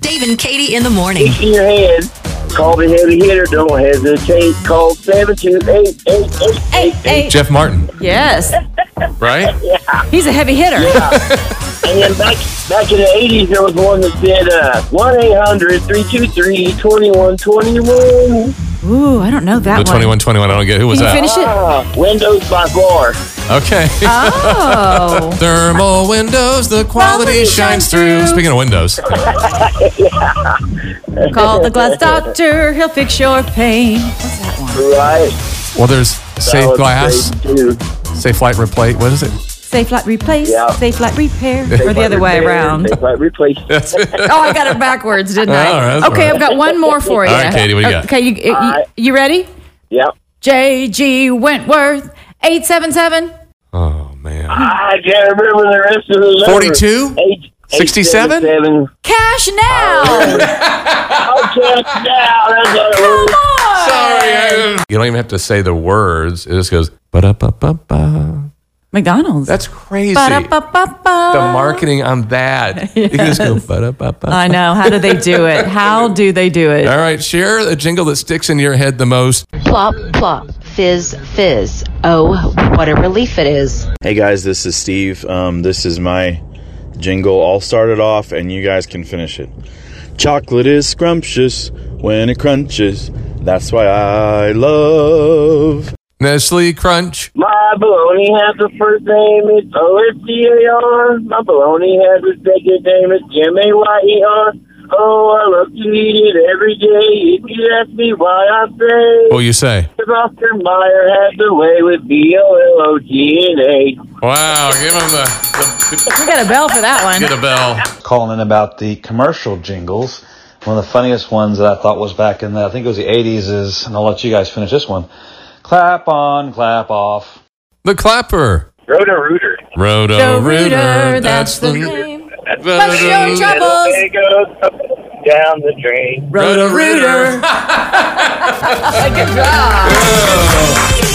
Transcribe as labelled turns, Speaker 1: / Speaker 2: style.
Speaker 1: Dave and Katie in the morning.
Speaker 2: It's in your hands. Call the heavy hitter. Don't hesitate. Call 728
Speaker 3: Hey,
Speaker 4: Jeff Martin,
Speaker 3: yes,
Speaker 4: right?
Speaker 3: he's a heavy hitter.
Speaker 2: And then back, back in the 80s, there was one that said uh, 1-800-323-2121.
Speaker 3: Ooh, I don't know that
Speaker 4: The
Speaker 3: one.
Speaker 4: 2121. I don't get who was
Speaker 3: Can you
Speaker 4: that.
Speaker 3: finish Uh, it?
Speaker 2: Ah, Windows by Bar.
Speaker 4: Okay.
Speaker 3: Oh,
Speaker 4: Thermal windows, the quality
Speaker 3: Quality
Speaker 4: shines
Speaker 3: shines
Speaker 4: through.
Speaker 3: through.
Speaker 4: Speaking of windows,
Speaker 3: call the glass doctor. He'll fix your pain. What's that one?
Speaker 2: Right.
Speaker 4: well, there's
Speaker 2: That
Speaker 4: safe
Speaker 2: was
Speaker 4: glass,
Speaker 2: great, Too.
Speaker 4: safe light replate. What is it?
Speaker 3: Safe light replace.
Speaker 2: Yeah.
Speaker 3: Safe light repair. or the other way
Speaker 2: Repair,
Speaker 3: around.
Speaker 2: They might replace.
Speaker 4: That's it.
Speaker 3: Oh, I got it backwards, didn't I?
Speaker 4: All right, that's
Speaker 3: okay,
Speaker 4: all
Speaker 3: I've
Speaker 4: right.
Speaker 3: got one more for you.
Speaker 4: All right, Katie, what do you got?
Speaker 3: Okay, you, you,
Speaker 2: right.
Speaker 3: you ready?
Speaker 2: Yep.
Speaker 3: J.G. Wentworth, 877.
Speaker 4: Oh man.
Speaker 2: I can't remember the rest of the number.
Speaker 4: 42?
Speaker 2: Eight-
Speaker 4: 67?
Speaker 2: 877.
Speaker 3: Cash
Speaker 2: Oh,
Speaker 3: now!
Speaker 2: Okay, now that's what it was.
Speaker 4: Sorry. I- You don't even have to say the words. It just goes ba ba ba ba.
Speaker 3: McDonald's.
Speaker 4: That's crazy. The
Speaker 3: Ba-da-ba-ba-ba.
Speaker 4: marketing on that. You can just go ba ba ba.
Speaker 3: I know. How do they do it? How do they do it?
Speaker 4: All right, share the jingle that sticks in your head the most.
Speaker 5: Plop, plop, fizz, fizz. Oh, what a relief it is.
Speaker 6: Hey guys, this is Steve. Um, this is my jingle. I'll start it off and you guys can finish it. Chocolate is scrumptious when it crunches. That's why I love.
Speaker 4: Nestle Crunch.
Speaker 2: My baloney has a first name, it's O S C A R. My baloney has a second name, it's M A Y E R. Oh, I love to eat it every day. If you ask me why I
Speaker 4: What
Speaker 2: say,
Speaker 4: will you say?
Speaker 2: Oscar Mayer has the way with B O L O G N A.
Speaker 4: Wow, give him the,
Speaker 3: We got a bell for that
Speaker 4: the get
Speaker 3: one.
Speaker 4: a bell.
Speaker 7: calling in about the commercial jingles. One of the funniest ones that I thought was back in the, I think it was the 80s is, and I'll let you guys finish this one. Clap on, clap off.
Speaker 4: The clapper.
Speaker 2: Roto Rooter.
Speaker 4: Roto
Speaker 3: The
Speaker 4: Rooter.
Speaker 3: Rooter, that's the name. What's your
Speaker 4: Roto
Speaker 3: troubles?
Speaker 2: goes up, down the drain.
Speaker 4: Rooter.
Speaker 3: Good job.
Speaker 1: Katie